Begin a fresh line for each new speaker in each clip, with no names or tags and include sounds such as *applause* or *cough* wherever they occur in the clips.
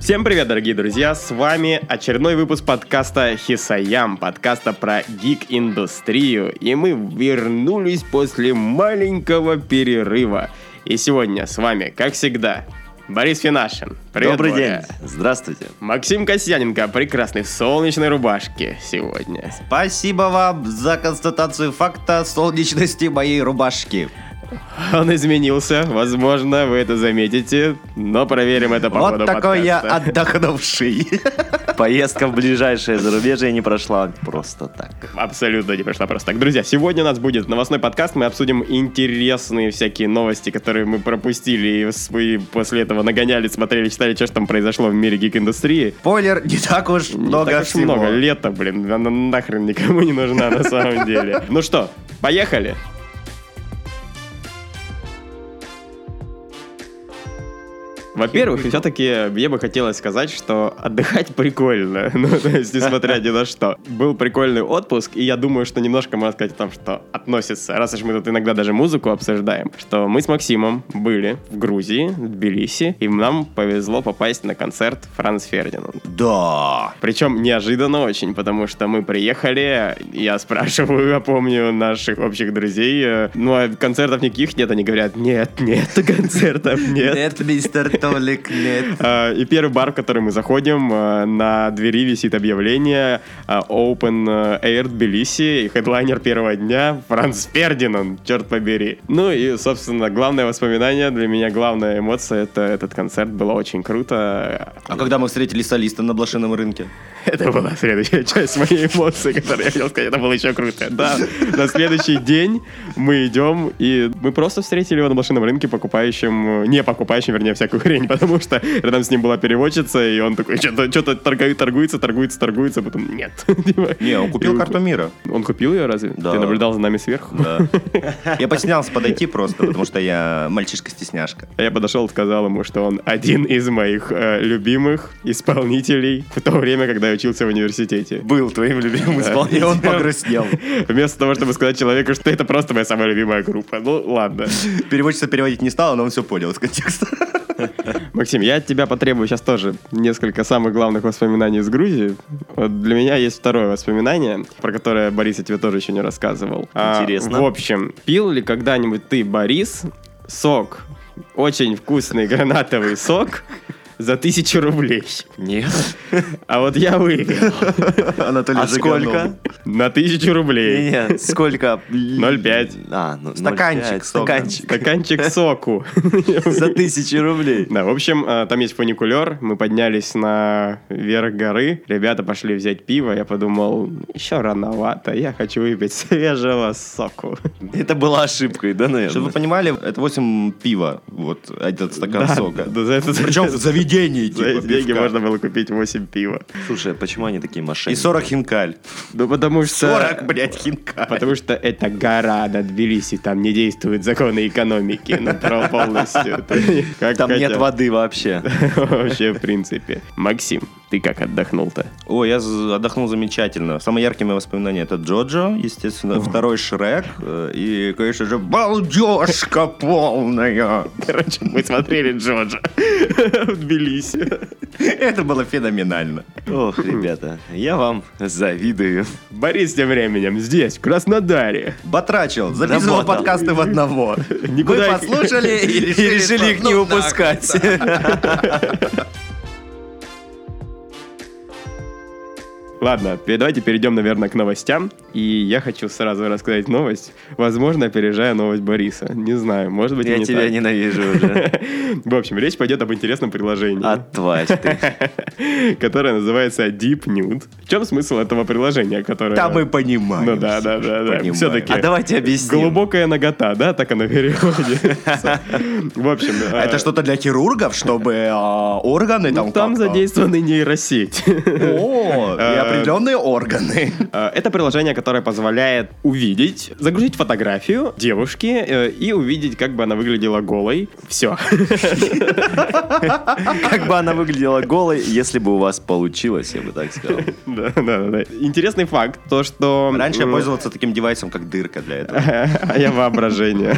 Всем привет, дорогие друзья! С вами очередной выпуск подкаста Хисаям, подкаста про гик-индустрию. И мы вернулись после маленького перерыва. И сегодня с вами, как всегда, Борис Финашин. Привет,
Добрый
Боря.
день. Здравствуйте.
Максим Касьяненко, прекрасный в солнечной рубашке сегодня.
Спасибо вам за констатацию факта солнечности моей рубашки.
Он изменился, возможно, вы это заметите, но проверим это по
вот
ходу
такой я
подкаста.
*laughs* отдохнувший. Поездка в ближайшее зарубежье не прошла просто так.
Абсолютно не прошла просто так. Друзья, сегодня у нас будет новостной подкаст. Мы обсудим интересные всякие новости, которые мы пропустили и с- и после этого нагоняли, смотрели, читали, что ж там произошло в мире гик-индустрии.
Спойлер, не так уж
Не
много
ну, так уж
всего.
много. Лето, блин, она нахрен никому не нужна на самом деле. Ну что, поехали. Во-первых, все-таки мне бы хотелось сказать, что отдыхать прикольно. *laughs* Ну, то есть, несмотря ни на что. Был прикольный отпуск, и я думаю, что немножко можно сказать о том, что относится, раз уж мы тут иногда даже музыку обсуждаем, что мы с Максимом были в Грузии, в Тбилиси, и нам повезло попасть на концерт Франц Фердинанд.
Да.
Причем неожиданно очень, потому что мы приехали, я спрашиваю, я помню наших общих друзей, э, ну а концертов никаких нет, они говорят, нет, нет, *laughs* концертов нет.
Нет, мистер Толик, нет.
Э, И первый бар, в который мы заходим, э, на двери висит объявление э, Open Air Тбилиси, и хедлайнер первого дня Франц Фердинанд, черт побери. Ну и, собственно, главное воспоминание для меня, главная эмоция, это этот концерт, было очень круто.
А когда мы встретили солиста на блошином рынке?
Это была следующая часть моей эмоции, которую я хотел сказать. Это было еще круто. Да, на следующий день мы идем, и мы просто встретили его на машинном рынке покупающим, э, не покупающим, вернее, всякую хрень, потому что рядом с ним была переводчица, и он такой, что-то что торгуется, торгуется, торгуется, а потом нет. *laughs* Типа,
Не, он
и
купил карту мира.
Он купил ее разве?
Да.
Ты наблюдал за нами сверху?
*laughs* Да. Я постеснялся подойти просто, потому что я мальчишка-стесняшка.
А Я подошел и сказал ему, что он один из моих э, любимых исполнителей в то время, когда я учился в университете.
Был
*laughs*
твоим любимым
исполнителем.
И он погрустнел.
Вместо того, чтобы сказать человеку, что это просто моя самая любимая группа. Ну, ладно.
Переводчица переводить не стала, но он все понял из контекста.
Максим, я от тебя потребую сейчас тоже несколько самых главных воспоминаний из Грузии. Вот для меня есть второе воспоминание, про которое Борис я тебе тоже еще не рассказывал. А,
Интересно.
в общем, пил ли когда-нибудь ты, Борис, сок, очень вкусный гранатовый сок за тысячу рублей?
Нет.
А вот я выиграл
Анатолий
А
Жиганов.
сколько?
на тысячу рублей.
Не-не, сколько?
0,5.
А, ну,
Стаканчик
0,5,
сока.
Стаканчик.
Стаканчик соку.
За тысячу рублей.
Да, в общем, э, там есть фуникулер, мы поднялись на верх горы, ребята пошли взять пиво, я подумал, еще рановато, я хочу выпить свежего соку.
Это была ошибкой, да,
Чтобы
наверное?
вы понимали, это 8 пива, вот этот стакан
Да,
сока.
да, за это-
Причем в заведении,
за эти
типа,
деньги
пивка.
можно было купить 8 пива.
Слушай, а почему они такие
И
мошенники?
40 хинкаль.
Ну, потому что...
40, блядь, хинкаль.
Потому что это гора до Тбилиси, там не действуют законы экономики, ну, про- полностью. Ты как
Там нет
хотел.
воды вообще.
Вообще, в принципе. Максим, ты как отдохнул-то?
О, я з- отдохнул замечательно. Самые яркие мои воспоминания это Джоджо, естественно, второй Шрек э, и, конечно же, балдежка полная.
Короче, мы смотрели Джорджа *laughs* в Тбилиси.
Это было феноменально.
Ох, ребята, я вам завидую.
Борис тем временем здесь, в Краснодаре.
Батрачил, записывал
Работал.
подкасты в *laughs* одного.
Никуда
Мы
их-
послушали *laughs* и
И
решили, что,
решили их не
ну да,
упускать.
Ладно, пе- давайте перейдем, наверное, к новостям. И я хочу сразу рассказать новость. Возможно, опережая новость Бориса. Не знаю, может быть, и
Я
не
тебя
так.
ненавижу уже.
*laughs* В общем, речь пойдет об интересном приложении.
А тварь ты.
*laughs* Которое называется Deep Nude. В чем смысл этого приложения, которое...
Там мы понимаем.
Ну да, да, да, да.
Понимаю.
Все-таки
А давайте объясним.
глубокая нагота, да, так оно
*laughs*
переводится. В общем... э,
Это что-то для хирургов, чтобы а, органы там
Ну, Там
как-то-
задействованы нейросеть.
О, я
Э, *laughs*
определенные органы.
Э, Это приложение, которое позволяет увидеть, загрузить фотографию девушки э, и увидеть, как бы она выглядела голой. Все.
Как бы она выглядела голой, если бы у вас получилось, я бы так сказал.
*laughs* Да, да, да, да. Интересный факт, то что...
Раньше я
м,
пользовался таким девайсом, как дырка для этого.
А я воображение.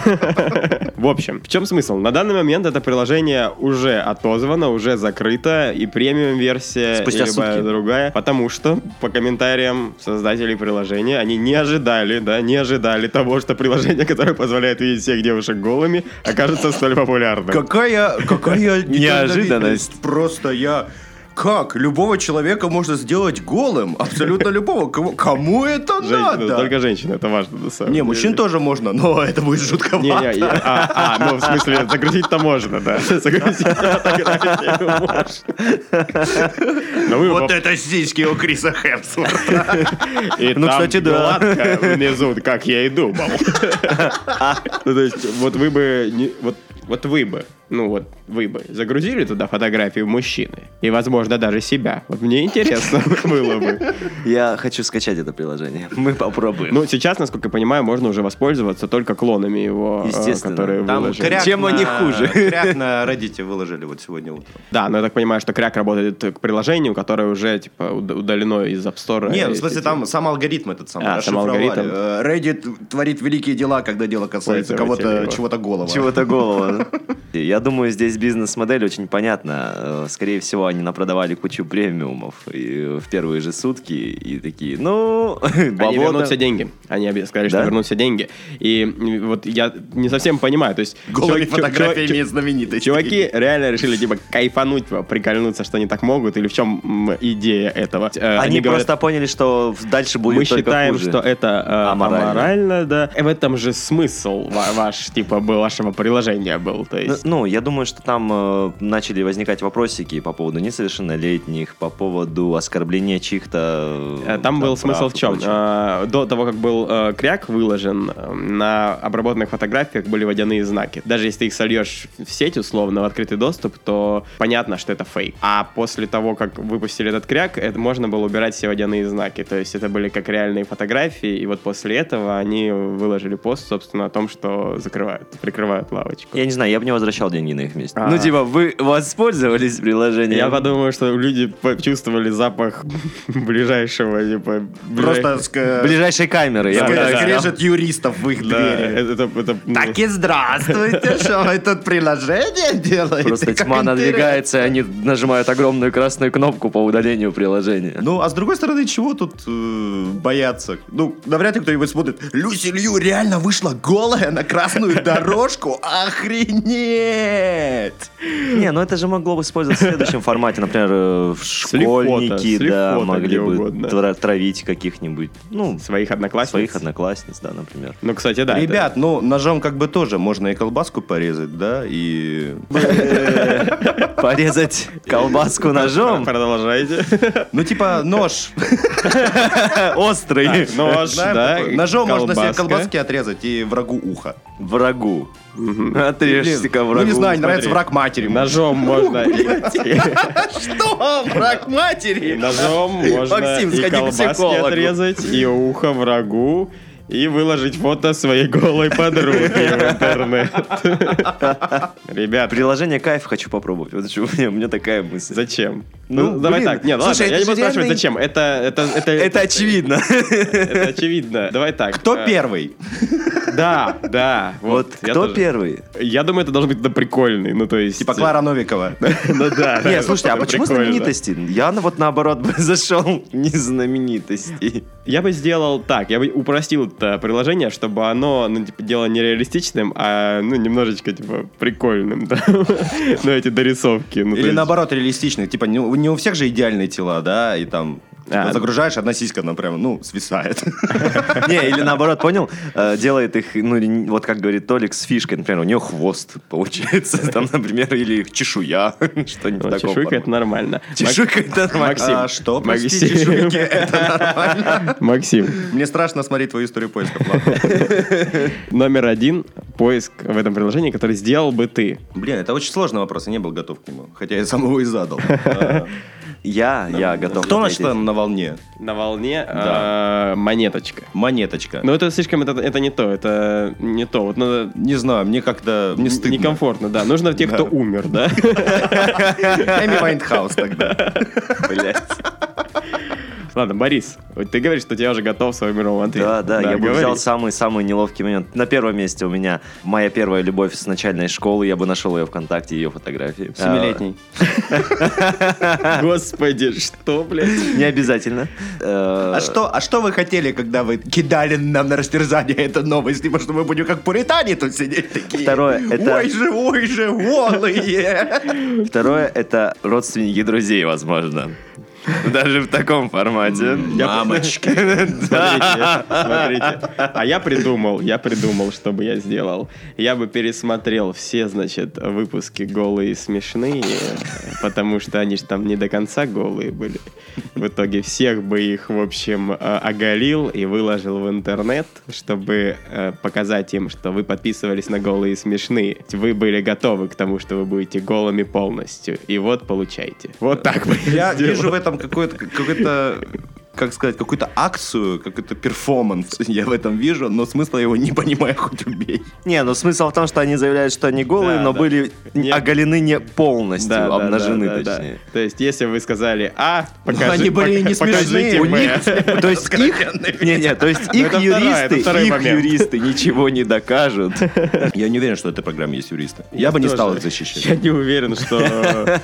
*laughs* В общем, в чем смысл? На данный момент это приложение уже отозвано, уже закрыто, и премиум-версия,
Спустя
и любая
сутки.
другая, потому что, по комментариям создателей приложения, они не ожидали, да, не ожидали того, что приложение, *laughs* которое позволяет видеть всех девушек голыми, окажется столь популярным.
Какая, какая
Неожиданность.
Просто я... Как? Любого человека можно сделать голым?
*laughs*
Абсолютно любого. Кого- Кому это
Женщина,
надо?
Только женщины, это важно. на самом
Не,
деле.
мужчин тоже можно, но *laughs* это будет жутковато.
Не, не, я- а, а, ну в смысле, загрузить-то можно, да. Загрузить фотографию можно. Но вы
Вот
поп-
это сиськи у Криса Хемсворта.
И
Ну,
там
кстати, да.
гладко внизу, как я и думал. *laughs* Ну, то есть, вот вы бы, не- вот, вот вы бы, ну вот вы бы загрузили туда фотографию мужчины. И, возможно, даже себя. Вот мне интересно *laughs* было бы.
Я хочу скачать
*laughs*
это приложение. Мы попробуем.
Ну, сейчас, насколько я понимаю, можно уже воспользоваться только клонами его, э,
Естественно.
которые
Там
выложили.
кря- Чем они хуже?
Кряк на Reddit выложили вот сегодня утром.
Да, но я так понимаю, что кряк работает к приложению, которое уже, типа, уд- удалено из App Store.
Не, ну, в
и
смысле,
сети.
там сам алгоритм этот самый
А, сам
расшифровали.
алгоритм.
Э, Reddit творит великие дела, когда дело касается
Пользователей
кого-то,
его.
чего-то голого.
Чего-то голого. Я думаю, здесь бизнес-модель очень понятна. Э, Скорее всего, они напродавали кучу премиумов и э, в первые же сутки и такие, ну, *laughs*
Они вернут все
бабло
деньги. Они обе- сказали,
Да?
что вернут все деньги. И м, вот я не совсем понимаю, то
*laughs*
есть...
Голыми
чувак- чу- чувак-
фотографиями знаменитый.
Чуваки реально решили, типа, кайфануть, типа, прикольнуться, что они так могут, или в чем м, идея этого? Э,
Они
говорят,
просто поняли, что дальше будет
мы
только
считаем,
хуже.
что это э,
Аморально.
аморально. да. И В этом же смысл ва- ваш, типа, был, вашего приложения был. То
Ну,
есть,
Ну, я думаю, что там э, начали возникать вопросики по поводу несовершеннолетних, по поводу оскорбления чьих-то... э,
Э, Там был
прав
смысл в
и
чем?
прочее.
Э, До того, как был э, кряк выложен, э, на обработанных фотографиях были водяные знаки. Даже если ты их сольешь в сеть, условно, в открытый доступ, то понятно, что это фейк. А после того, как выпустили этот кряк, это можно было убирать все водяные знаки. То есть это были как реальные фотографии, и вот после этого они выложили пост, собственно, о том, что закрывают, прикрывают лавочку.
Я не знаю, я бы не возвращал деньги на их месте.
А.
Ну, типа, вы воспользовались приложением.
Я подумаю, что люди почувствовали запах *laughs* ближайшего, типа...
*laughs*
ближай-
Просто
*laughs*
ск-
*laughs* Ближайшей камеры. я
Да,
бы
да,
*laughs*
так
да.
ск-
сказал.
скрежет юристов в их
Да,
двери.
это, это, это, ну,
и здравствуйте, что вы тут приложение делаете?
Просто
Как
тьма
интересно.
надвигается, и они нажимают огромную красную кнопку по удалению приложения.
Ну, а с другой стороны, чего тут э, бояться? Ну, навряд ли кто-нибудь смотрит. Люси Лью реально вышла голая
*laughs*
на красную дорожку? Охренеть!
Не, ну это же могло бы использоваться в *laughs* следующем формате, например, э,
лифота,
школьники,
с
да,
лифота,
могли
где
бы
угодно.
тра- травить каких-нибудь, ну,
Своих одноклассниц?
своих одноклассниц, да, например.
Ну, кстати, да.
Ребят, ну, ножом как бы тоже можно и колбаску порезать, да, и...
*laughs* Порезать
*laughs*
колбаску
это-
ножом,
Продолжайте.
Ну, типа, нож. ну
острый,
Нож,
Знаем
да.
такое? Ножом можно себе
колбаска.
колбаски отрезать и врагу ухо.
врагу.
Мгм.
Отрежьте ко
Ну,
врагу.
не знаю, нравится
смотри.
враг матери.
Ножом можно. и-
Что? Враг
и
матери?
Ножом можно
Максим,
и
сходи к
колбаски
психологу.
отрезать, и ухо врагу, и выложить фото своей голой подруги в интернет. *laughs* Ребят,
Приложение кайф хочу попробовать. Вот что у меня, у меня такая мысль.
зачем?
Ну,
Ну, давай
блин,
так. Нет,
слушай,
ладно,
это
я не
же
буду спрашивать,
реальный-
зачем. Это, это, это,
*laughs*
*laughs*
Это очевидно.
это очевидно. Давай так.
Кто
Э,
первый?
Да, да.
Вот
я
кто
тоже-
первый?
Я думаю, это должен быть да, прикольный. Ну, то есть...
Типа Клара Новикова.
Ну *laughs* да.
Не, слушайте, а
это
почему
прикольно.
знаменитости? Я на- вот наоборот бы *laughs* зашел не знаменитостей.
Я бы сделал так, я бы упростил это приложение, чтобы оно, ну, типа, дело не реалистичным, а, ну, немножечко, типа, прикольным, *laughs* да. Ну, эти дорисовки. ну, то
Или
есть-
наоборот, реалистичный. Типа, не у не у всех же идеальные тела, да, и там... типа,
А.
Загружаешь, одна сиська, она прям, ну, свисает.
Не, или наоборот, понял? Э, Делает их, ну, не- вот как говорит Толик, с фишкой. Например, у нее хвост получается, *laughs* там, например, или
*laughs*
чешуя, что-нибудь
Ну,
такого.
Чешуйка — это
формата.
нормально.
Чешуйка это нормально.
Максим.
А что, прости,
Максим.
чешуйки, *laughs* это нормально.
*laughs* Мак- Максим,
Мне страшно смотреть твою историю поиска. ладно.
номер один поиск в этом приложении, который сделал бы ты.
Блин, это очень сложный вопрос, я не был готов к нему. Хотя я сам его и задал. А,
Я, я готов.
Кто наш
ответить. *laughs*
там на волне?
На волне
Да.
э, монеточка.
Монеточка.
Но это слишком, это, это не то, это не то. Вот надо
Не знаю, мне как-то не стыдно. *laughs*
Некомфортно, да. Нужно в тех, кто
Да.
умер, да?
Эми Вайнхаус тогда.
Блядь.
Ладно, Борис, вот ты говоришь, что у тебя уже готов свой мировой ответ.
Да, да, я бы
говори.
взял самый-самый неловкий момент. На первом месте у меня моя первая любовь с начальной школы. Я бы нашел ее ВКонтакте, ее фотографии.
Семилетний.
Господи, что, блядь?
А, Не обязательно. Э,
А что, а что вы хотели, когда вы кидали нам на растерзание эту новость? Типа, что мы будем как пуритане тут сидеть такие?
Второе, это-
Ой же, ой же, *laughs* голые!
Второе – это родственники друзей, возможно. Даже в таком формате.
Смотрите, смотрите. А я придумал, я придумал, что бы я сделал. Я бы пересмотрел все, значит, выпуски голые и смешные, потому что они же там не до конца голые были. В итоге всех бы их, в общем, э, оголил и выложил в интернет, чтобы э, показать им, что вы подписывались на голые и смешные. Вы были готовы к тому, что вы будете голыми полностью. И вот, получайте. Вот так бы я,
*laughs* Я
сделал.
вижу в этом какой-то, какой-то, как сказать, какую-то акцию, какой-то перформанс. *laughs* Я в этом вижу, но смысла его не понимаю, хоть убей.
Не, ну смысл в том, что они заявляют, что они голые,
Да,
но
да.
были
Не-
оголены не полностью,
Да, да,
обнажены
да, да, да.
точнее.
То есть, если вы сказали А, покажи,
они были
пока-
не
покажите
смешные, у
«Б».
них-
То есть их, не, не, то есть их
Ну, это вторая, это
юристы,
второй
их
момент.
юристы ничего не докажут.
Я не уверен, что в этой программе есть юристы. Я бы не
тоже.
стал их защищать.
Я не уверен,
*laughs*
что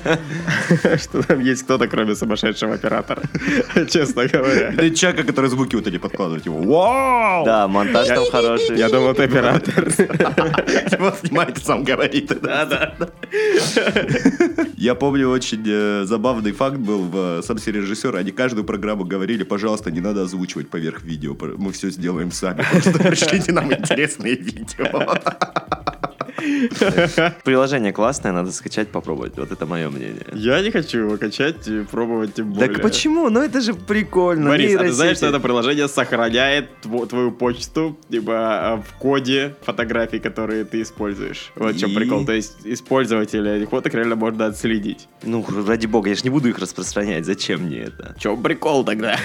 что там есть кто-то, кроме сумасшедшего оператора. *laughs* Честно говоря.
Для человека, который звуки вот эти подкладывает, типа, вау! *laughs*
Да, монтаж там хороший.
Я думал, ты оператор.
Его Типа, снимает, сам говорит. Да, да. Я помню, очень э, забавный факт был в э, самсе режиссера. Они каждую программу говорили, пожалуйста, не надо озвучивать поверх видео. пр- Мы все сделаем сами. *laughs* Просто пришлите нам интересные видео.
Приложение классное, надо скачать, попробовать. Вот это мое мнение.
Я не хочу его качать и пробовать тем более.
Так почему? Ну это же прикольно.
Борис, а ты знаешь,
нейросети.
что это приложение сохраняет тво- твою почту либо в коде фотографий, которые ты используешь. Вот в чем
И?
прикол. То есть из пользователя этих фоток реально можно отследить.
Ну, ради бога, я же не буду их распространять, зачем мне это?
В чем прикол
*laughs*
тогда?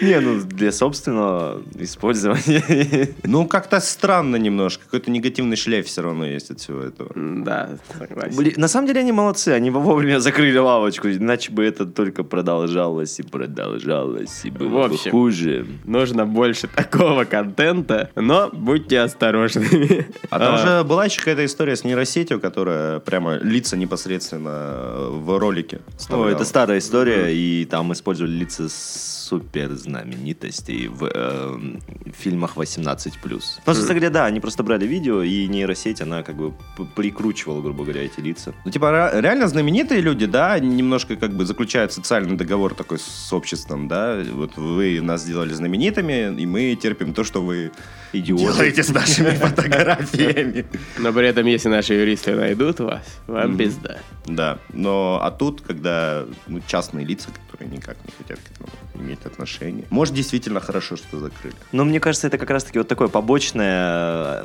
Не, ну, для собственного использования.
Ну, как-то странно немножко. Какой-то негативный шлейф все равно есть от всего этого.
Да, согласен.
Блин, на самом деле они молодцы, они вовремя закрыли лавочку, иначе бы это только продолжалось и продолжалось, и было
В
бы
общем.
хуже.
Нужно больше такого контента, но будьте осторожными.
А там же была еще какая-то история с нейросетью, которая прямо лица непосредственно э, в ролике.
Ну,
вставляла.
это старая история, и там использовали лица супер знаменитостей в эм, фильмах 18+. Ну, собственно говоря, да, они просто брали видео, и нейросеть, она как бы п- прикручивала, грубо говоря, эти лица.
Ну, типа, ра- реально знаменитые люди, да, они немножко как бы заключают социальный договор такой с обществом, да. Вот вы нас сделали знаменитыми, и мы терпим то, что вы
Идиоты.
делаете с *laughs* нашими фотографиями.
Но при этом, если наши юристы найдут вас, вам пизда.
Да, но а тут, когда ну, частные лица, которые никак не хотят к этому иметь отношения. Может, действительно хорошо, что закрыли.
Но мне кажется, это как раз-таки вот такой побочное, э,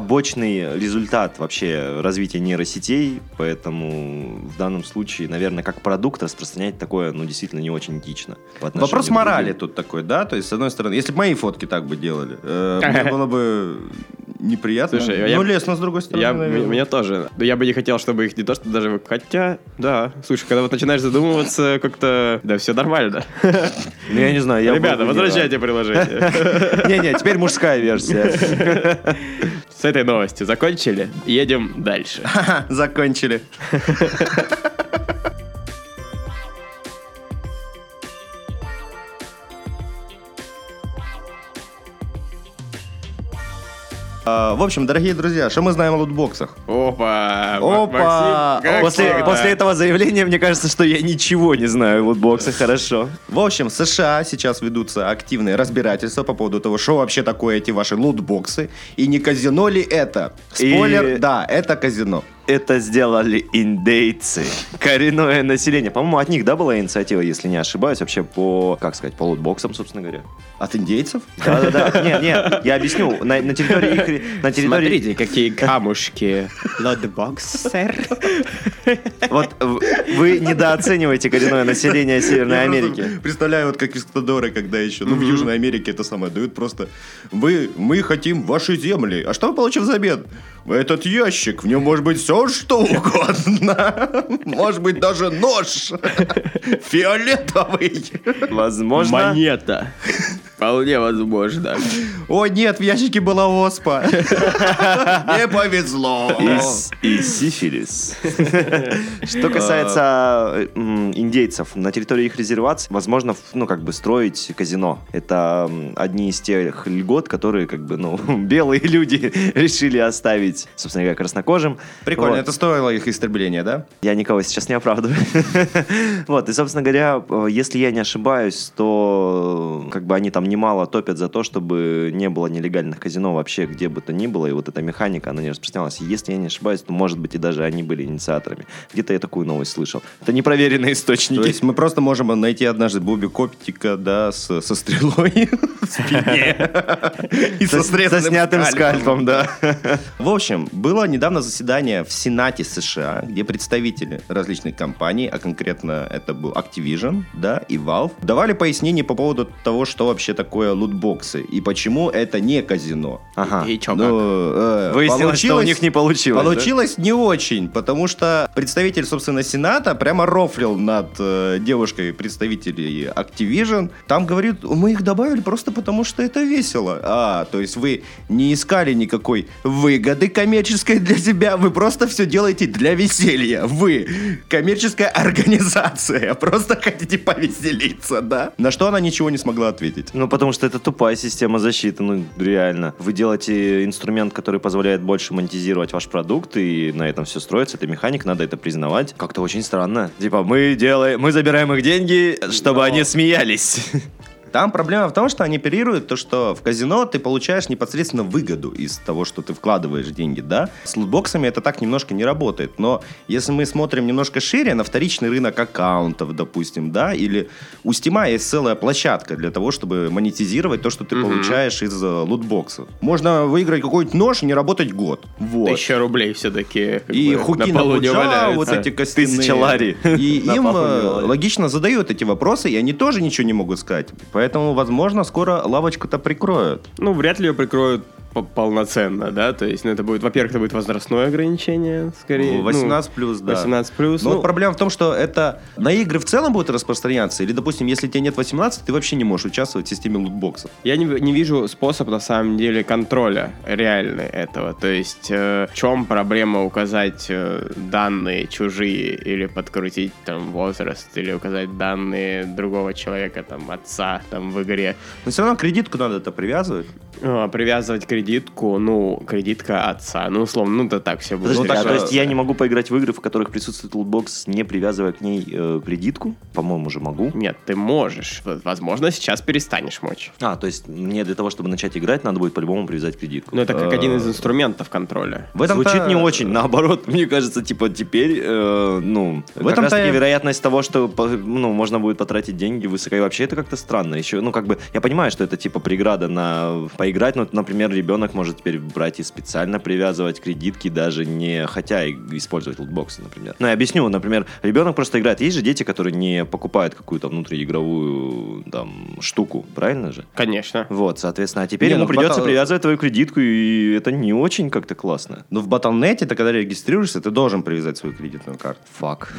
побочный результат вообще развития нейросетей, поэтому в данном случае, наверное, как продукт распространять такое, ну, действительно не очень этично. по отношению к
Вопрос
другим.
морали тут такой, да? То есть, с одной стороны, если бы мои фотки так бы делали, э,
*laughs*
мне было бы неприятно.
Слушай, а я-
Ну, лестно, с другой стороны,
Я,
наверное.
м- меня тоже. Но я бы не хотел, чтобы их не то, что даже... вы- Хотя, да. Слушай, когда вот начинаешь задумываться, как-то... Да все нормально.
Ну, я не знаю, *laughs* я...
Ребята,
был бы не рад.
возвращайте
*laughs*
приложение.
Не-не, теперь мужская версия.
С этой новостью закончили. Едем дальше.
*laughs*
Ха, *laughs* закончили. А, В общем, дорогие друзья, что мы знаем о лутбоксах?
Опа! Ма-
Опа!
Максим, как
А, После,
всегда.
после этого заявления мне кажется, что я ничего не знаю в лутбоксе, хорошо.
В общем, в США сейчас ведутся активные разбирательства по поводу того, что вообще такое эти ваши лутбоксы и не казино ли это.
И-
Спойлер, да, это казино.
это сделали индейцы. Коренное население. По-моему, от них, да, была инициатива, если не ошибаюсь, вообще по, как сказать, по лутбоксам, собственно говоря.
От индейцев?
Да-да-да. *laughs* Нет, нет, я объясню. На, на территории их... ре- На территории...
Смотрите, какие камушки. Лотбокс, сэр.
Вот в- вы недооцениваете коренное население
Я
Северной
просто
Америки.
Представляю, вот как эскадоры, когда еще. Ну, в Южной Америке это самое дают просто. Вы, мы хотим ваши земли. А что мы получим взамен? Этот ящик, в нем может быть все что угодно. Может быть, даже нож. Фиолетовый.
Возможно...
Монета. *laughs* Вполне возможно. *laughs*
О, нет, в ящике была оспа. Не повезло.
И, с- и сифилис. *laughs* Что касается э, м, индейцев, на территории их резерваций, возможно, ф- ну, как бы строить казино. Это м, одни из тех льгот, которые, как бы, ну, *laughs* белые люди *laughs* решили оставить, собственно говоря, краснокожим.
Прикольно,
Вот.
это стоило их истребления, да?
Я никого сейчас не оправдываю. *laughs* Вот, и, собственно говоря, э, если я не ошибаюсь, то э, как бы они там немало топят за то, чтобы не было нелегальных казино вообще где бы то ни было, и вот эта механика, она не распространялась. И Если я не ошибаюсь, то, может быть, и даже они были инициаторами. Где-то я такую новость слышал. Это непроверенные источники.
То есть мы просто можем найти однажды Буби Коптика, да, с- со стрелой в спине. И
Со- со снятым скальпом, да.
В общем, было недавно заседание в Сенате США, где представители различных компаний, а конкретно это был Activision, да, и Valve, давали пояснение по поводу того, что вообще такое лутбоксы и почему это не казино.
Ага.
И чё, как?
Ну, э,
Выяснилось, что у
получилось-
них не получилось. да?
Получилось не очень, потому что представитель, собственно, Сената прямо рофлил над э, девушкой представителей Activision. Там говорит, мы их добавили просто потому, что это весело. А, то есть вы не искали никакой выгоды коммерческой для себя, вы просто все делаете для веселья. Вы коммерческая организация, *laughs* просто хотите повеселиться, да? На что она ничего не смогла ответить.
Ну, потому что это тупая система защиты, ну, реально. Вы делаете инструмент, который позволяет больше монетизировать ваш продукт, и на этом все строится, это механик, надо это признавать. Как-то очень странно. Типа, мы делаем, мы забираем их деньги, чтобы они смеялись.
Там проблема в том, что они оперируют то, что в казино ты получаешь непосредственно выгоду из того, что ты вкладываешь деньги, да? С лутбоксами это так немножко не работает, но если мы смотрим немножко шире на вторичный рынок аккаунтов, допустим, да, или у Стима есть целая площадка для того, чтобы монетизировать то, что ты
Мгм.
получаешь из э, лутбоксов. Можно выиграть какой-нибудь нож и не работать год. Вот.
Тысяча рублей все-таки. как
И
бы,
хуки
на
на
полу не
Буджа,
валяются.
вот эти костяные.
Тысяча лари.
*laughs*
И
На
им
папу не
э,
валяют.
логично задают эти вопросы, и они тоже ничего не могут сказать. Поэтому, возможно, скоро лавочку-то прикроют.
Ну, вряд ли ее прикроют по- полноценно, да, то есть, ну, это будет, во-первых, это будет возрастное ограничение, скорее.
Ну, 18 плюс, да.
18 плюс.
ну.
ну,
Но вот проблема в том, что это на игры в целом будет распространяться, или, допустим, если тебе нет 18, ты вообще не можешь участвовать в системе лутбоксов.
Я не, не вижу способ, на самом деле, контроля реально этого. То есть, э, в чем проблема указать э, данные чужие или подкрутить там возраст, или указать данные другого человека, там, отца, там, в игре.
Но все равно кредитку надо это привязывать.
А, привязывать кредитку, ну, кредитка отца, ну, условно, ну, это так все будет.
Подожди,
Ну, так
а
решаться.
то есть я не могу поиграть в игры, в которых присутствует лутбокс, не привязывая к ней э, кредитку? По-моему, же могу.
Нет, ты можешь. В- Возможно, сейчас перестанешь мочь.
А, то есть мне для того, чтобы начать играть, надо будет по-любому привязать кредитку.
Ну, это как
Э,
один из инструментов контроля.
В этом-то-
Звучит не очень, наоборот, *laughs* мне кажется, типа теперь, э, ну,
В
как
этом-то
раз таки
я-
вероятность того, что, по- ну, можно будет потратить деньги высоко, и вообще это как-то странно еще, ну, как бы, я понимаю, что это типа преграда на поиграть, но, например, ребенок может теперь брать и специально привязывать кредитки, даже не хотя и использовать лутбоксы, например. Ну, я объясню, например, ребенок просто играет, есть же дети, которые не покупают какую-то внутриигровую, там, штуку, правильно же?
Конечно.
Вот, соответственно, а теперь
Не,
ему
ну,
придется
батал-
привязывать твою кредитку, и это не очень как-то классно.
Но в батлнете ты, когда регистрируешься, ты должен привязать свою кредитную карту.
Фак.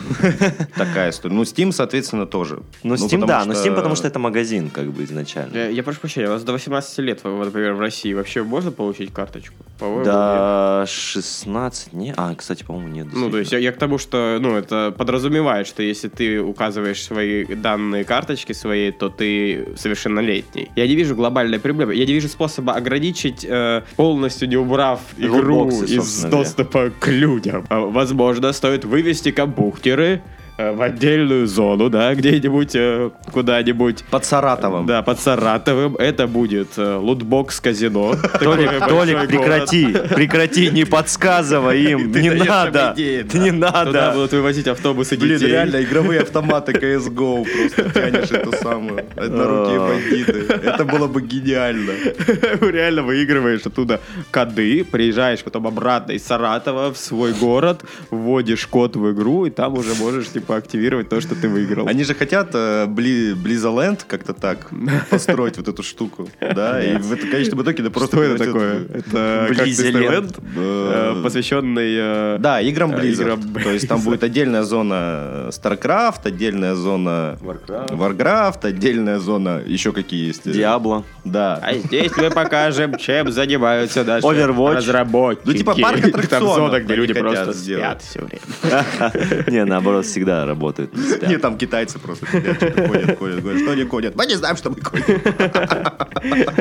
Такая история. Ну, Steam, соответственно, тоже.
Ну, Steam,
потому
да, но Steam, потому что это магазин, как бы, изначально.
Э, Я, я прошу прощения, у вас до 18 лет, вы, вот, например, в России вообще можно получить карточку? По-моему, нет.
Да, 16, не? А, кстати, по-моему, нет.
Ну, то есть
действительно.
я, я к тому, что, ну, это подразумевает, что если ты указываешь свои данные карточки своей, то ты совершеннолетний. Я не вижу глобальной проблемы. Я не вижу способа ограничить, э, полностью не убрав игру
Лутбоксы,
из
собственно, да.
доступа к людям. А, Возможно, стоит вывести компьютеры э, в отдельную зону, да, где-нибудь, э, куда-нибудь.
Под Саратовым.
Да, под Саратовым. Это будет э, *laughs* лутбокс-казино.
Толик, Толик, прекрати, прекрати, не
*laughs*
подсказывай им, не
даёшь
надо,
идеи, да.
не
Туда
надо.
будут вывозить автобусы детей. *laughs*
Блин, реально, игровые автоматы CSGO просто тянешь эту самую. Однорукие
А.
бандиты. Это было бы
*laughs*
гениально.
Реально выигрываешь оттуда коды, приезжаешь потом обратно из Саратова в свой город, вводишь код в игру, и там уже можешь, типа, активировать то, что ты выиграл.
Они же хотят э, Бли- Близоленд как-то так построить вот эту штуку.
*laughs*
Да, и в это- в конечном итоге это просто...
Что это такое?
превратит
Это как ты
Близзеленд.
Стэнд,
Э,
э, посвященный... э,
в- Да, играм
э, играм
Blizzard. То есть там
Blizzard.
будет отдельная зона StarCraft, отдельная зона
Warcraft.
Warcraft, отдельная зона еще какие есть. э,
Диабло. *laughs*
Да.
А здесь мы покажем, чем занимаются наши
Overwatch.
разработчики.
Ну, типа,
*laughs*
парк
Там
аттракционов
зона, где
они
люди
хотят
просто спят
сделать.
все время.
Не, наоборот,
*laughs*
всегда работает. не спят.
Не, там китайцы просто сидят, что-то ходят, ходят, говорят, что они ходят. Мы не знаем, что мы ходим.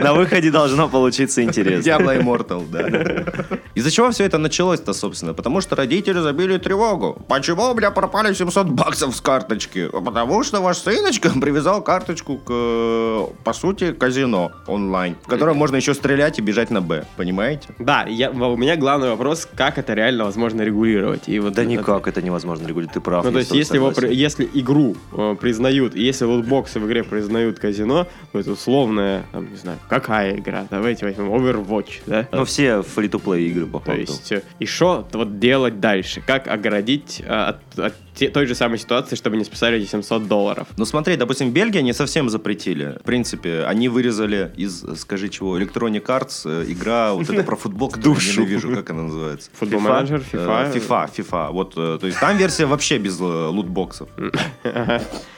На выходе должно получиться интересно.
Diablo Immortal, да. *laughs* Из-за чего все это началось-то, собственно? Потому что родители забили тревогу. Почему у меня пропали 700 баксов с карточки? Потому что ваш сыночка *laughs* привязал карточку к, э, по сути, казино онлайн, в котором можно еще стрелять и бежать на Б, понимаете?
Да, я- у меня главный вопрос, как это реально возможно регулировать. И вот
Да
это-
никак это невозможно регулировать, ты прав.
Ну,
я
то есть,
с тобой
если, его, при-
согласен.
если игру э, признают, и если лутбоксы в игре признают казино, то это условная, там, не знаю, какая игра, давайте возьмем Overwatch, да?
Ну, все фри-то-плей игры,
То
походу.
есть, э, и что вот делать дальше? Как оградить э, от, от те- той же самой ситуации, чтобы не списали эти 700 долларов?
Ну смотри, допустим, Бельгия не совсем запретили. В принципе, они вырезали из, скажи чего, Electronic Arts э, игра, вот это про футбол, которую я ненавижу, как она называется?
Футбол
FIFA?
менеджер,
Э,
FIFA?
FIFA, FIFA. Вот, э, то есть там версия вообще без э,
*laughs*
лутбоксов.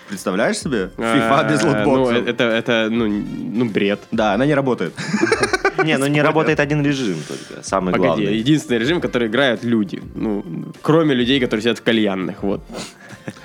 Представляешь себе?
А,
FIFA без
Ну, э,
лутбоксов.
это, это, ну, н- ну, бред.
Да, она
*laughs*
не работает.
Не, ну не работает один режим только, самый
Погоди,
главный.
единственный режим, который играют люди. Ну, кроме людей, которые сидят в кальянных, вот.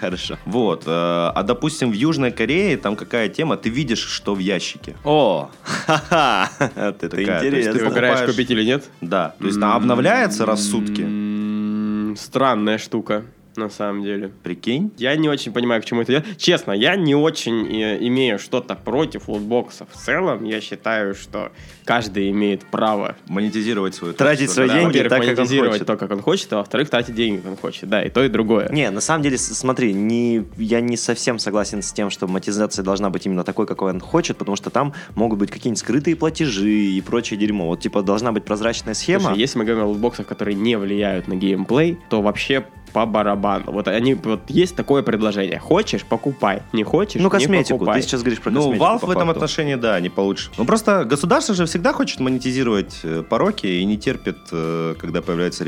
Хорошо.
Вот. э, А допустим, в Южной Корее там какая тема? Ты видишь, что в ящике.
О, ха-ха, вот
Такая,
это
то есть ты
Ты
интересно.
выбираешь,
покупаешь-
купить или нет?
Да. То есть там обновляется раз в сутки.
М, М-м, Странная штука, на самом деле.
Прикинь.
Я не очень понимаю, к чему это идет. Честно, я не очень э, имею что-то против лутбоксов. В целом, я считаю, что каждый имеет право
Монетизировать свою
Тратить
творчество,
свои
да.
деньги
во-первых,
так, как он
монетизировать
хочет.
то, как он хочет, а во-вторых, тратить деньги, как он хочет. Да, и то, и другое.
Не, на самом деле, с- смотри, не, я не совсем согласен с тем, что монетизация должна быть именно такой, какой он хочет, потому что там могут быть какие-нибудь скрытые платежи и прочее дерьмо. Вот, типа, должна быть прозрачная схема.
Слушай, если мы говорим о лутбоксах, которые не влияют на геймплей, то вообще по барабану. Вот они, вот есть такое предложение. Хочешь, покупай. Не хочешь,
ну,
не
косметику.
покупай.
Ты сейчас говоришь про
Ну,
косметику.
Valve
по
в этом
факту.
отношении, да, не получше. Ну, просто государство же всегда хочет монетизировать э, пороки и не терпит, э, когда появляются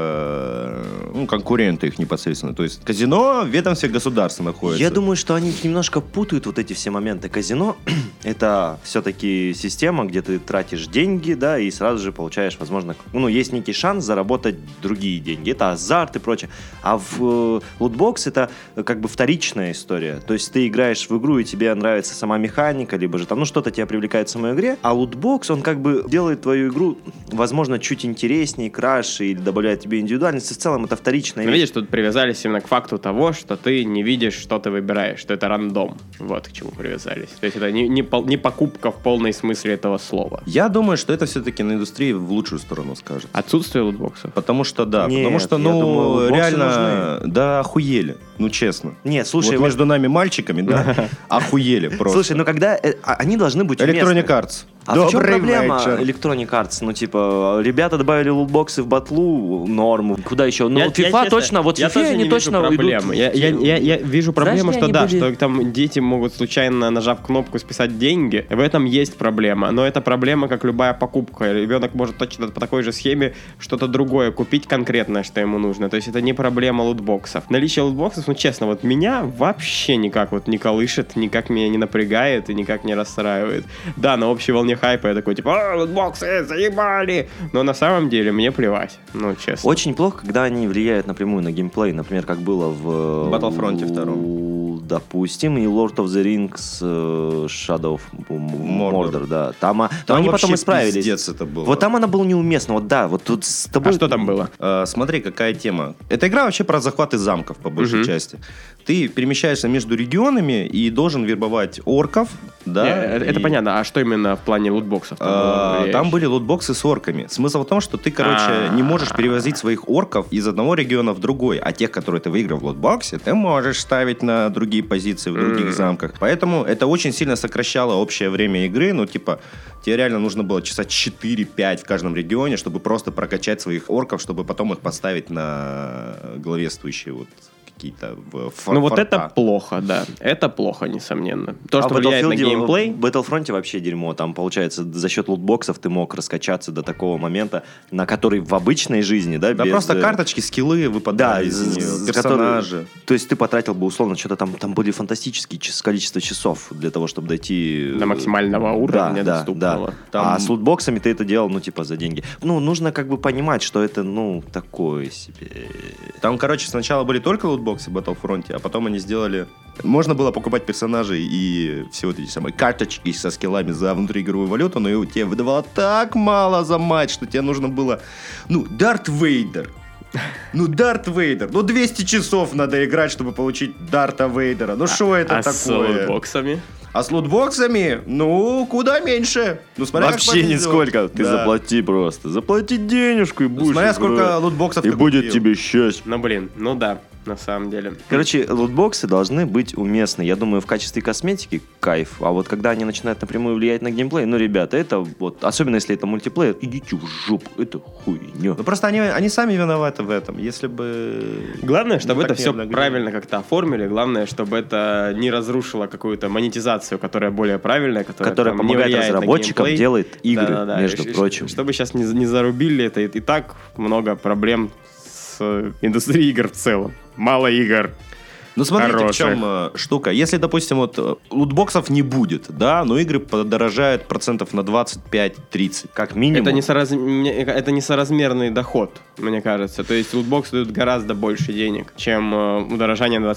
ребята, э, ну, конкуренты их непосредственно. То есть казино в ведомстве государства находится.
Я думаю, что они немножко путают вот эти все моменты. Казино *clears throat* это все-таки система, где ты тратишь деньги, да, и сразу же получаешь, возможно, к- ну, есть некий шанс заработать другие деньги. Это азарт и прочее. А в э, лутбокс это э, как бы вторичная история. То есть ты играешь в игру, и тебе нравится сама механика, либо же там, ну, что-то тебя привлекает в самой игре, а лутбокс, он как бы делает твою игру, возможно, чуть интереснее, краше, или добавляет тебе индивидуальность. И в целом это вторичная
Ну,
вещь.
видишь, тут привязались именно к факту того, что ты не видишь, что ты выбираешь, что это рандом. Вот к чему привязались. То есть это не, не пол- не покупка в полной смысле этого слова.
Я думаю, что это все-таки на индустрии в лучшую сторону скажет.
Отсутствие лутбоксов.
Потому что да, потому
А Нет,
что,
я
ну,
думаю, лутбоксы
реально, да, охуели. Ну, честно.
Нет, слушай,
Вот
вот-
между нами мальчиками,
*laughs*
да, охуели просто.
Слушай, ну когда э, а- они должны быть
Electronic
уместны.
Arts.
А в чем
Добрый
проблема
вечер.
Electronic Arts? Ну, типа, ребята добавили лутбоксы в батлу, норму, куда еще? Ну,
Я- я,
FIFA
честно,
точно, вот
я
FIFA
тоже не
они
вижу
точно
проблемы.
идут...
Я, я- я- я вижу проблему,
где
что
они
да,
были?
что там дети могут случайно, нажав кнопку, списать деньги. В этом есть проблема. Но это проблема, как любая покупка. Ребенок может точно по такой же схеме что-то другое купить конкретное, что ему нужно. То есть это не проблема лутбоксов. Наличие лутбоксов, ну честно, вот меня вообще никак вот не колышет, никак меня не напрягает и никак не расстраивает. Да, на общей волне хайпа я такой, типа, «А, лутбоксы, заебали! Но на самом деле мне плевать. Ну, честно.
Очень плохо, когда они влияют напрямую на геймплей, например, как было в... э,
Battlefront
у-
втором.
допустим, и Lord of the Rings э, Shadow of
Mordor.
Mordor, да. Там, а- там они потом
вообще
исправились.
пиздец это было.
Вот там она была неуместна, вот да, вот тут с тобой...
А что там было?
Э, Смотри, какая тема. Эта игра вообще про захваты замков, по большей
Мгм.
части. Ты перемещаешься между регионами и должен вербовать орков. Да,
Я- это- Это
и,
понятно. А что именно в плане лутбоксов?
э,
А, там было влияющее?
Там были лутбоксы с орками. Смысл в том, что ты, короче,
А.
А-а-а.
не можешь перевозить своих орков из одного региона в другой, а тех, которые ты выиграл в лутбоксе, ты можешь ставить на другие позиции в других
М.
замках. Поэтому это очень сильно сокращало общее время игры. Ну, типа, тебе реально нужно было часа 4-5 в каждом регионе, чтобы просто прокачать своих орков, чтобы потом их поставить на главествующие вот какие-то в фор-
Ну вот
форта.
это плохо, да. Это плохо, несомненно. То,
А
что
в
влияет на
Battlefield'е-
геймплей,
В Battlefront вообще дерьмо. Там, получается, за счет лутбоксов ты мог раскачаться до такого момента, на который в обычной жизни, да,
Да
без,
просто
э,
карточки, скиллы
Да,
выпадали
из,
из,
из-
нее,
из-
персонажи.
которые- то есть ты потратил бы условно что-то там, там были фантастические чис- количество часов для того, чтобы дойти э,
до максимального уровня
да,
доступного.
да.
Там-
А с лутбоксами ты это делал, ну, типа, за деньги. Ну, нужно как бы понимать, что это, ну, такое себе.
Там, короче, сначала были только лутбоксы в Battlefront, а потом они сделали... Можно было покупать персонажей и все вот эти самые карточки со скиллами за внутриигровую валюту, но и тебе выдавало так мало за матч, что тебе нужно было... Ну, Дарт Вейдер. Ну, Дарт Вейдер. Ну, 200 часов надо играть, чтобы получить Дарта Вейдера. Ну, что это
а с
такое?
лутбоксами?
А с лутбоксами? Ну, куда меньше. Ну, смотря как повезет. Да.
просто. Заплати денежку и
Ну, Смотря сколько лутбоксов ты купил.
счастье.
Ну блин, ну да, на самом деле.
Короче, лутбоксы должны быть уместны. Я думаю, в качестве косметики кайф. А вот когда они начинают напрямую влиять на геймплей, ну, ребята, это вот, особенно если это мультиплеер, идите в жопу, это хуйня.
Ну просто они, они сами виноваты в этом. Если бы...
Главное, чтобы
Ну,
это
так не
все
обнаглели.
правильно как-то оформили. Главное, чтобы это не разрушило какую-то монетизацию, которая более правильная, которая,
Которая
там, не
помогает
влияет на
разработчикам,
геймплей.
делает игры,
Да-да-да.
между
И ш-
прочим.
Чтобы сейчас не, не зарубили это. И, и так много проблем с э, индустрией игр в целом. Мало игр.
Ну смотрите, в
Хороших.
чем э, штука. Если, допустим, вот э, лутбоксов не будет, да, но игры подорожают процентов на 25-30.
Как минимум.
Это, несораз- мне- это несоразмерный доход, мне кажется. То есть лутбокс дают гораздо больше денег, чем э, удорожание на 25-30%.
Я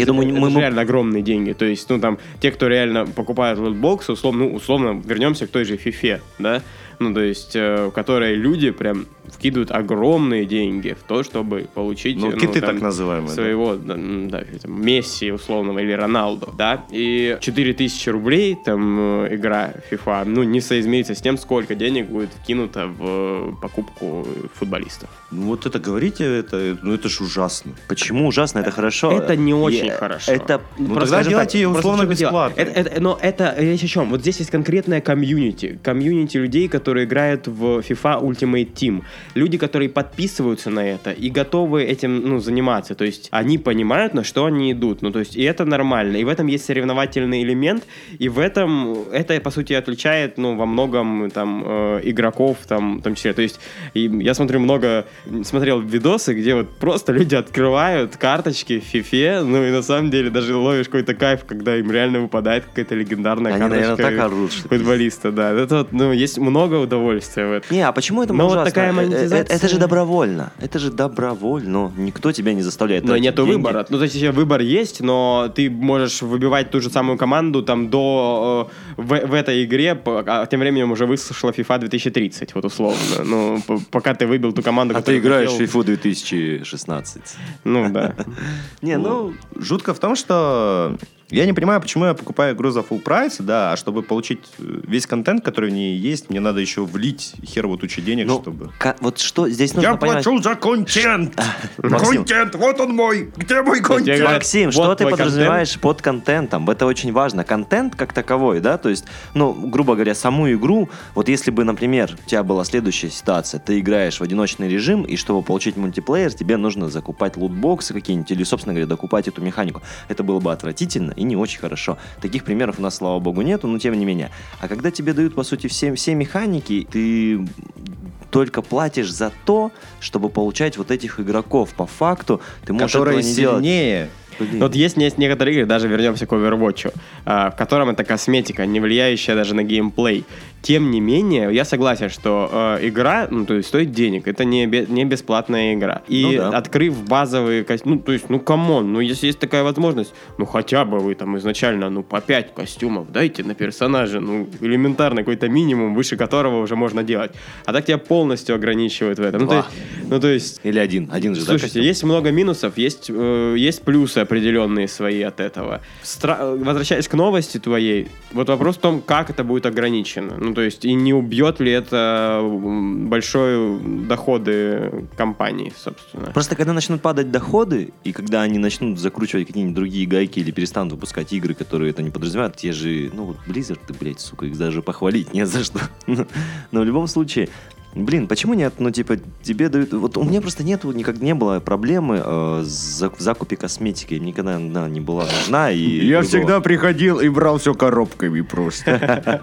Это-
думаю,
это
мы-
же
мы-
реально огромные деньги. То есть, ну там, те, кто реально покупают лутбоксы, условно, ну, условно, вернемся к той же фифе, да? Ну, то есть, э, в которые люди прям вкидывают огромные деньги в то, чтобы получить...
Ну,
э,
киты
там,
так называемые. да.
своего да, м, да, или там, Месси условного или Роналду, да, и 4000 рублей там э, игра FIFA, ну, не соизмерится с тем, сколько денег будет вкинуто в э, покупку футболистов.
Ну вот это говорите, это, ну это ж ужасно.
Почему ужасно? Это хорошо.
Это не очень
Я-
хорошо.
Это
Ну,
Просто
тогда
скажем
делайте ее
просто
условно
в чём дело?
бесплатно.
Это- это- но это речь о чем? Вот здесь есть конкретная комьюнити. Комьюнити людей, которые играют в FIFA Ultimate Team. Люди, которые подписываются на это и готовы этим ну, заниматься. То есть они понимают, на что они идут. Ну, то есть, и это нормально. И в этом есть соревновательный элемент. И в этом это, по сути, отличает ну, во многом там, э, игроков там, в том числе. То есть и я смотрю много, смотрел видосы, где вот просто люди открывают карточки в фифе, ну и на самом деле даже ловишь какой-то кайф, когда им реально выпадает какая-то легендарная
Они,
карточка
наверное, так орут, что
футболиста, да. Это вот, ну, есть много удовольствия в этом.
Не, а почему это
Но Ну, вот
ужасно?
такая
Э, э,
монетизация-
Это, же добровольно. Это же добровольно. Никто тебя не заставляет.
Но
тратить
нету
деньги.
выбора. Ну, то есть, еще выбор есть, но ты можешь выбивать ту же самую команду там до... э, в, в этой игре, по- а тем временем уже высушила FIFA 2030, вот условно. Ну, п- пока ты выбил ту команду,
А ты
которую
играешь в
хотел.
FIFA 2016.
Ну, да.
*laughs* Не, ну...
Жутко в том, что я не понимаю, почему я покупаю игру за full прайс, да, а чтобы получить э, весь контент, который в ней есть, мне надо еще влить херово тучу денег,
ну,
чтобы...
ка- вот что здесь нужно понимать.
за контент!
Максим.
вот он мой! Где мой
контент? говорю,
Максим,
вот
что ты
твой
подразумеваешь под контентом? Это очень важно. Контент как таковой, да, то есть, ну, грубо говоря, саму игру, вот если бы, например, у тебя была следующая ситуация, ты играешь в одиночный режим, и чтобы получить мультиплеер, тебе нужно закупать лутбоксы какие-нибудь, или, собственно говоря, докупать эту механику. Это было бы отвратительно и не очень хорошо. Таких примеров у нас, слава богу, нету, но тем не менее. А когда тебе дают, по сути, все, все механики, ты только платишь за то, чтобы получать вот этих игроков. По факту ты можешь
Которые
этого не делать.
сильнее.
Блин.
Ну, Вот есть, есть некоторые игры, даже вернемся к Overwatch, а, в котором это косметика, не влияющая даже на геймплей. Тем не менее, я согласен, что э, игра, ну, то есть стоит денег, это не, бе- не бесплатная игра. И
Ну да.
открыв базовые костюмы, ну, то есть, ну, камон, ну, если есть такая возможность, ну, хотя бы вы там изначально, ну, по 5 костюмов дайте на персонажа, ну, элементарно какой-то минимум, выше которого уже можно делать. А так тебя полностью ограничивают в этом. Ну, то
Два.
есть- ну, то есть
Или один, один же, да,
Слушайте,
костюм?
есть много минусов, есть, э, есть плюсы определенные свои от этого. Стра- э, Возвращаясь к новости твоей, вот вопрос в том, как это будет ограничено. Ну, то есть, и не убьет ли это м, большой доходы компании, собственно.
Просто когда начнут падать доходы, и когда они начнут закручивать какие-нибудь другие гайки или перестанут выпускать игры, которые это не подразумевают, те же, ну вот Blizzard, ты, блядь, сука, их даже похвалить не за что. *laughs* Но в любом случае, блин, почему нет, ну типа тебе дают, вот у меня просто нету, никак не было проблемы э, с зак- в закупе косметики, Им никогда она не была нужна. И
Я всегда приходил и брал все коробками просто.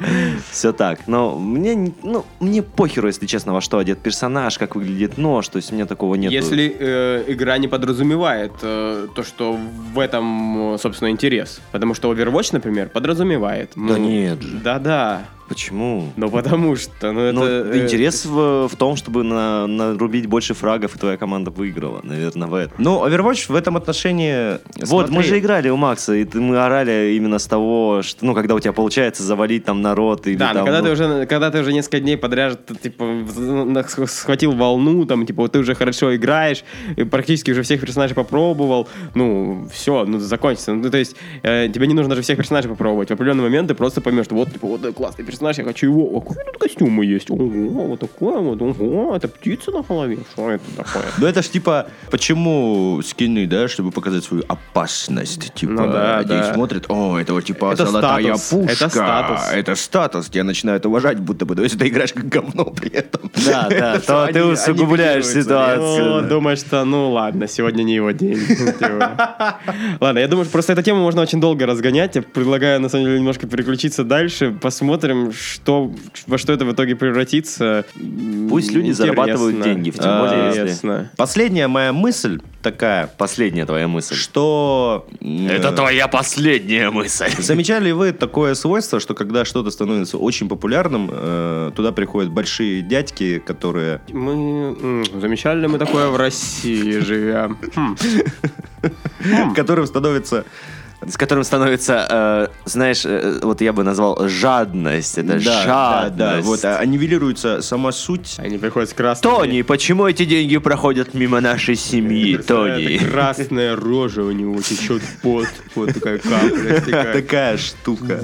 Все так. Но мне, не- ну, мне похеру, если честно, во что одет персонаж, как выглядит нож, то есть у меня такого нет. ну
Если э, игра не подразумевает э, то, что в этом, э, собственно, интерес. Потому что Overwatch, например, подразумевает. Ну,
Да нет же.
Да-да.
Почему?
Ну потому что, ну это...
Ну,
э,
интерес в, в том, чтобы на- нарубить больше фрагов, и твоя команда выиграла, наверное, в этом.
*laughs* Ну, Overwatch в этом отношении...
Вот,
смотри,
мы же играли у Макса, и ты- мы орали именно с того, что, ну, когда у тебя получается завалить там народ, или
Да, но
там,
когда
ну,
ты уже, когда ты уже несколько дней подряд, ты, типа, в- на- сх- схватил волну, там, типа, ты уже хорошо играешь, и практически уже всех персонажей попробовал, ну, все, ну, закончится. Ну, то есть, э, тебе не нужно же всех персонажей попробовать. В определенный момент ты просто поймешь, что вот, типа, вот э, классный персонаж, я хочу его. О, какие тут костюмы есть? Ого, вот такое вот, ого, это птица на голове? Что это такое?
Ну это ж типа, почему скины, да, чтобы показать свою опасность, типа,
Ну да,
они
да.
смотрят, о, это вот типа
Это
золотая
статус,
пушка,
это статус.
это статус, тебя начинают уважать, будто бы, но если ты играешь как говно при этом.
*laughs* Да, да,
всё,
то ты
они-
усугубляешь
они
Ну,
ситуацию.
думаешь, что ну ладно, сегодня не его день. *laughs* типа. Ладно, я думаю, что просто эту тему можно очень долго разгонять. Я предлагаю, на самом деле, немножко переключиться дальше. Посмотрим, что, во что это в итоге превратится.
Пусть люди
Интересно.
зарабатывают деньги, тем более, если-
Интересно.
Последняя моя мысль такая,
Последняя твоя мысль.
что... Это
твоя последняя мысль.
Замечали ли вы такое свойство, что когда что-то становится очень популярным, э, туда приходят большие дядьки, которые...
Мы м, замечали ли мы такое в России живя? Хм.
Которым становится...
*laughs* С которым становится, э, знаешь, э, вот я бы назвал жадность. Это
да,
жадность.
да, вот, а нивелируется сама суть.
Они приходят с красными...
Тони, почему эти деньги проходят мимо нашей семьи, Тони?
Это Красная рожа у него течет пот. Вот такая
*laughs*
капля стекает.
Такая штука.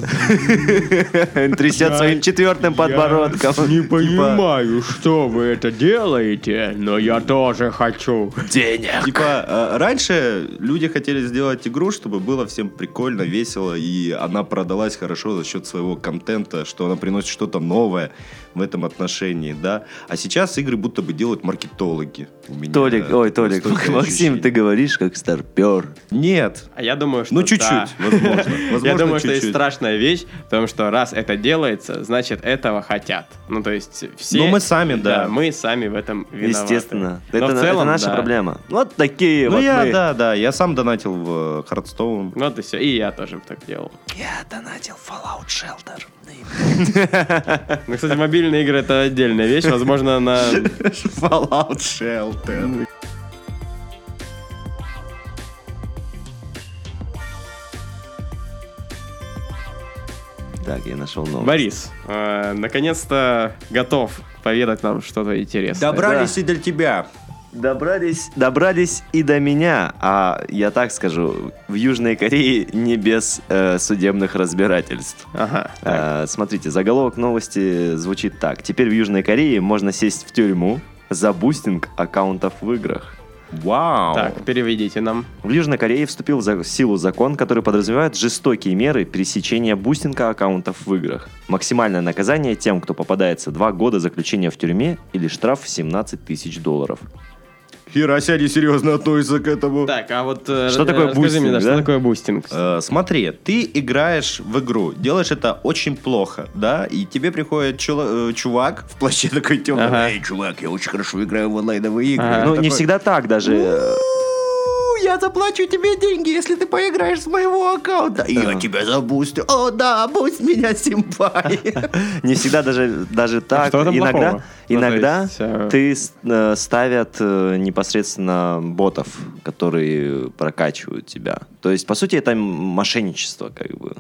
Трясет
Я-
своим четвертым подбородком. Типа,
Я
Типа.
не понимаю, что вы это делаете, но я тоже хочу.
Денег.
Типа, э, раньше люди хотели сделать игру, чтобы было всем прикольно, весело, и она продалась хорошо за счет своего контента, что она приносит что-то новое в этом отношении, да. А сейчас игры будто бы делают маркетологи. У меня,
Толик,
э,
ой, Толик,
столько
*laughs* Максим,
ощущений.
ты говоришь как старпер.
Нет.
А я думаю, что
Ну,
да.
чуть-чуть,
*laughs*
возможно. Возможно,
Я думаю, что есть
чуть-чуть.
страшная вещь, потому что раз это делается, значит этого хотят. Ну то есть все.
Ну, мы сами, да.
мы сами в этом виноваты.
Естественно.
Но
Это,
в
это
целом,
наша
да.
проблема. Вот такие
Ну
вот
я,
мы.
да, да, я сам донатил в э, Хардстоун.
Вот и все. И я тоже так делал.
Я донатил Fallout Shelter.
Ну, кстати, мобильные игры это отдельная вещь. Возможно,
*laughs*
на
Fallout Shelter.
Так, я нашел новость.
Борис. э, наконец-то готов поведать нам что-то интересное.
Добрались и для тебя.
Добрались, добрались и до меня, а я так скажу, в Южной Корее не без э, судебных разбирательств.
Ага.
Э, смотрите, заголовок новости звучит так. Теперь в Южной Корее можно сесть в тюрьму за бустинг аккаунтов в играх.
Вау.
Так, переведите нам.
В Южной Корее вступил за- в силу закон, который подразумевает жестокие меры пересечения бустинга аккаунтов в играх. Максимальное наказание тем, кто попадается, 2 года заключения в тюрьме или штраф в 17 тысяч долларов.
Хиросяне серьезно относятся к этому.
Так, а вот э,
Что
э,
такое
расскажи
бустинг,
мне,
да?
что такое бустинг?
Э, Смотри, ты играешь в игру, делаешь это очень плохо, да, и тебе приходит чула- э, чувак в плаще такой темный,
Ага.
эй, чувак, я очень хорошо играю в онлайновые игры.
Ага.
Он
ну, не
такой,
всегда так даже. э,
«У, я заплачу тебе деньги, если ты поиграешь с моего аккаунта. И я тебя забустю. О, да, бусть меня, симпай.
*laughs* Не всегда даже, даже так.
А Что в этом
иногда
плохого? Ну, то
иногда
есть, э,
ты с- э, ставят э, непосредственно ботов, которые прокачивают тебя. То есть, по сути, это м- мошенничество, как бы.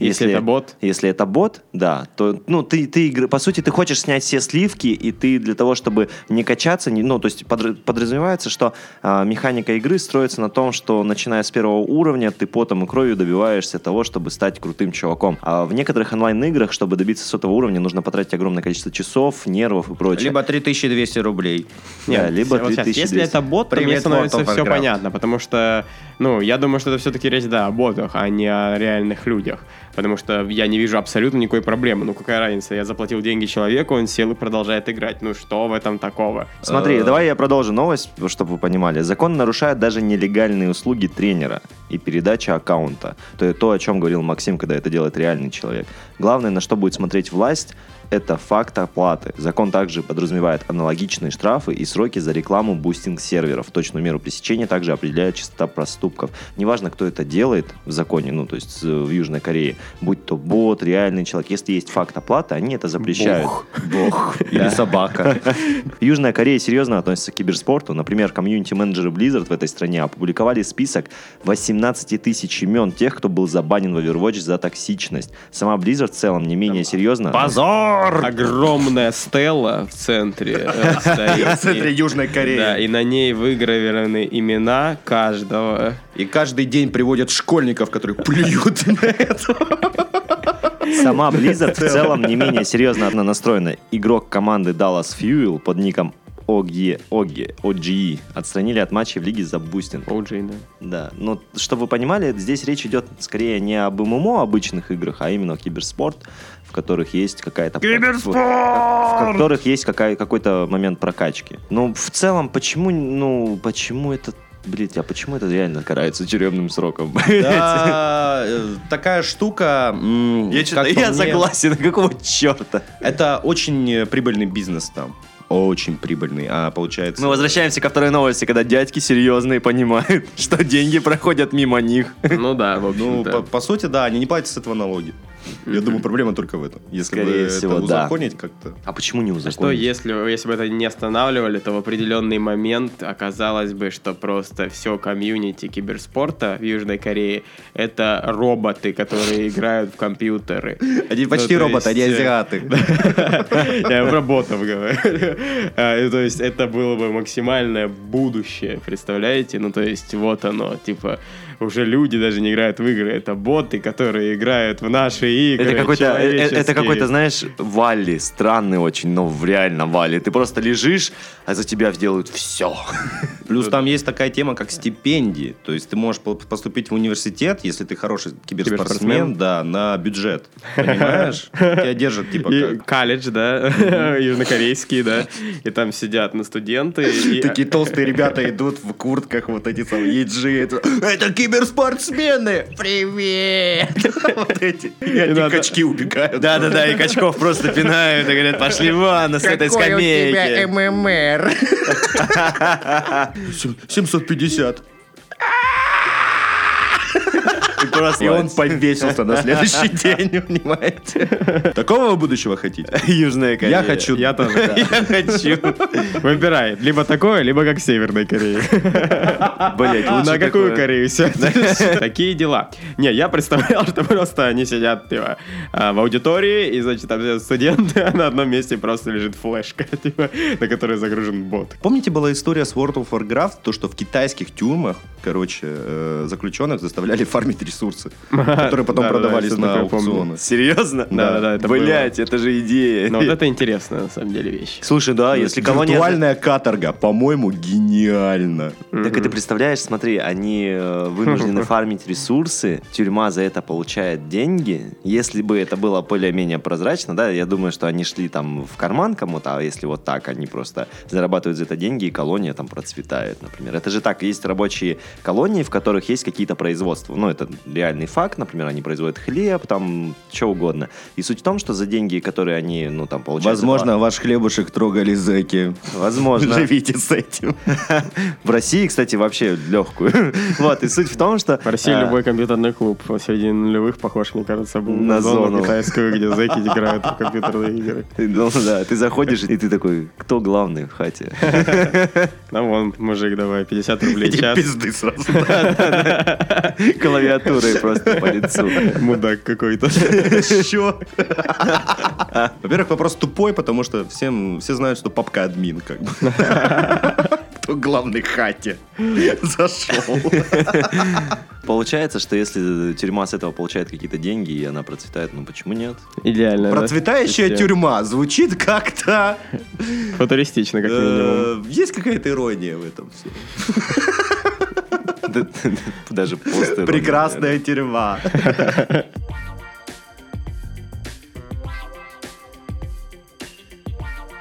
Если это бот?
Если это бот, да, то ну ты ты игры- по сути ты хочешь снять все сливки и ты для того чтобы не качаться, не, ну то есть подр- подразумевается, что а, механика игры строится на том, что начиная с первого уровня ты потом и кровью добиваешься того, чтобы стать крутым чуваком. А в некоторых онлайн играх, чтобы добиться сотого уровня, нужно потратить огромное количество часов, нервов и прочее.
Либо 3200 рублей.
Да,
Нет,
либо
вот сейчас,
3200.
Если это бот, то мне
Привет,
становится
World of
все
Warcraft.
понятно, потому что, ну, я думаю, что это все-таки речь, да, о ботах, а не о реальных людях. Потому что я не вижу абсолютно никакой проблемы. Ну, какая разница? Я заплатил деньги человеку, он сел и продолжает играть. Ну, что в этом такого?
Смотри,
Э,
давай я продолжу новость, чтобы вы понимали. Закон нарушает даже нелегальные услуги тренера и передача аккаунта. То есть то, о чем говорил Максим, когда это делает реальный человек. Главное, на что будет смотреть власть, это факт оплаты. Закон также подразумевает аналогичные штрафы и сроки за рекламу бустинг-серверов. Точную меру пресечения также определяет частота проступков. Неважно, кто это делает в законе, ну, то есть э, в Южной Корее, будь то бот, реальный человек, если есть факт оплаты, они это запрещают. *laughs*
Бог. Или собака.
Южная Корея серьезно относится к киберспорту. Например, комьюнити-менеджеры Blizzard в этой стране опубликовали список 18 тысяч имен тех, кто был забанен в Overwatch за токсичность. Сама Blizzard в целом не менее серьезно.
Позор!
Огромная стела в центре э, стоит.
*laughs* В центре
И-
Южной
Да,
Кореи.
и на ней выгравированы имена каждого.
И каждый день приводят школьников, которые плюют на это.
Сама Blizzard в целом не менее серьезно одна настроена. Игрок команды Dallas Fuel под ником OGE, OGE, OGE отстранили от матчей в лиге за бустинг.
OG, да.
Да, но чтобы вы понимали, здесь речь идет скорее не об ММО обычных играх, а именно о киберспорт, в которых есть какая-то... Киберспорт! В которых есть какая- какой-то момент прокачки. Ну, в целом, почему, ну, почему это... Блять, а почему это реально карается тюремным сроком? *laughs*
Да, э, такая штука. м,
Я, чё-то-
как по
я
мне, *laughs*
согласен, какого черта?
Это очень э, прибыльный бизнес там. Очень прибыльный. А получается...
Мы возвращаемся ко второй новости, когда дядьки серьезные понимают, *laughs* что деньги проходят мимо них.
Ну да, в
Ну,
общем-то.
по, по сути, да, они не платят с этого налоги. Я думаю, проблема только в этом. Если бы
Скорее
это
всего, да.
узаконить как-то.
А почему не узаконить?
Что если, если бы это не останавливали, то в определенный момент оказалось бы, что просто все комьюнити киберспорта в Южной Корее это роботы, которые играют в компьютеры. Ну, почти
Они почти
роботы,
роботы, они
они
азиаты.
Я в роботов говорю. А, и То есть это было бы максимальное будущее, представляете? Ну то есть вот оно, типа уже люди даже не играют в игры, это боты, которые играют в наши игры.
Это какой-то, э, э, это
человеческие.
какой-то, знаешь, Валли, странный очень, но в- реально Валли. Ты просто лежишь, а за тебя делают все.
*laughs* Плюс там есть такая тема, как стипендии. *laughs* То есть ты можешь по- поступить в университет, если ты хороший киберспортсмен,
Киберспортсмен.
да, на бюджет. Понимаешь? Тебя держат, типа,
И
как...
колледж, да, южнокорейский, да, и там сидят на студенты. и-
Такие толстые ребята идут в куртках, вот эти самые еджи. Это, «Это киберспортсмены! Привет! Вот эти. И
И
они
надо-
качки убегают.
Да-да-да, и качков просто пинают и говорят, пошли вон с этой скамейки.
ММР?
750.
Просто
И он повесился на *laughs* следующий день, понимаете? Такого вы будущего хотите?
Южная Корея.
Я хочу.
Я тоже. да.
*laughs* Я хочу.
Выбирай. Либо такое, либо как в Северной Корее.
А,
Блять,
Ну, На какую Корею сядешь? Такие дела. Не, я представлял, *laughs* что просто они сидят типа, а, в аудитории, и, значит, там сидят студенты, *laughs* а на одном месте просто лежит флешка, *laughs* типа, на которой загружен бот.
Помните, была история с World of Warcraft, то, что в китайских тюрьмах, короче, э, заключенных заставляли фармить
*laughs*
ресурсы, которые потом
Да-да-да,
продавались
что-то
на
такое помню.
аукционы.
Серьезно?
Да-да-да, это было.
Блять, это же идея.
Но Ну, вот это интересная, на самом деле, вещь.
Слушай, да, если кого нет...
Ну, Виртуальная каторга, по-моему, гениально.
Так и ты представляешь, смотри, они э, вынуждены фармить ресурсы, тюрьма за это получает деньги. Если бы это было более-менее прозрачно, да, я думаю, что они шли там в карман кому-то, а если вот так, они просто зарабатывают за это деньги, и колония там процветает, например. Это же так, есть рабочие колонии, в которых есть какие-то производства. Ну, это реальный факт, например, они производят хлеб, там, что угодно. И суть в том, что за деньги, которые они, ну, там, получают...
Возможно, ваш хлебушек трогали зэки.
Возможно.
Живите с этим.
*laughs* В России, кстати, вообще легкую. *laughs* Вот, и суть в том, что...
В России
а,
любой компьютерный клуб среди нулевых похож, мне кажется, был
На
на зону
зону.
китайскую, где *laughs* зэки играют в компьютерные игры.
ты- ну да, ты заходишь, и ты такой, кто главный в хате? *laughs*
Ну вон, мужик, давай, 50 рублей в
Тебе
час.
пизды сразу.
Клавиатурой просто по лицу.
Мудак какой-то.
Еще. *laughs* Во-первых, вопрос тупой, потому что всем, все знают, что папка админ, как бы. *laughs* Кто главный *laughs* хате зашел.
Получается, что если тюрьма с этого получает какие-то деньги, и она процветает, ну почему нет?
Идеально. да?
Процветающая
Система.
тюрьма звучит как-то...
Футуристично, как минимум.
э, Есть какая-то ирония в этом всем.
Даже просто...
Прекрасная тюрьма.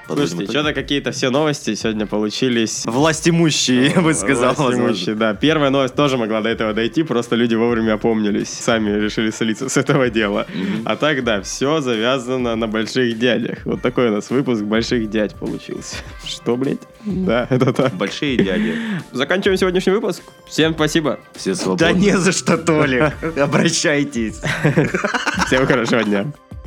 Слушайте, что-то какие-то все новости сегодня получились.
Власть имущие, я бы сказал.
Властимущие,
возможно.
Да, первая новость тоже могла до этого дойти, просто люди вовремя опомнились, сами решили солиться с этого дела. А так, да, все завязано на больших дядях. Вот такой у нас выпуск «Больших дядь» получился. Что, блядь? Да, это так.
Большие дяди.
Заканчиваем сегодняшний выпуск. Всем спасибо.
Все
Да
свободны.
не за что, Толик. Обращайтесь.
Всем хорошего дня.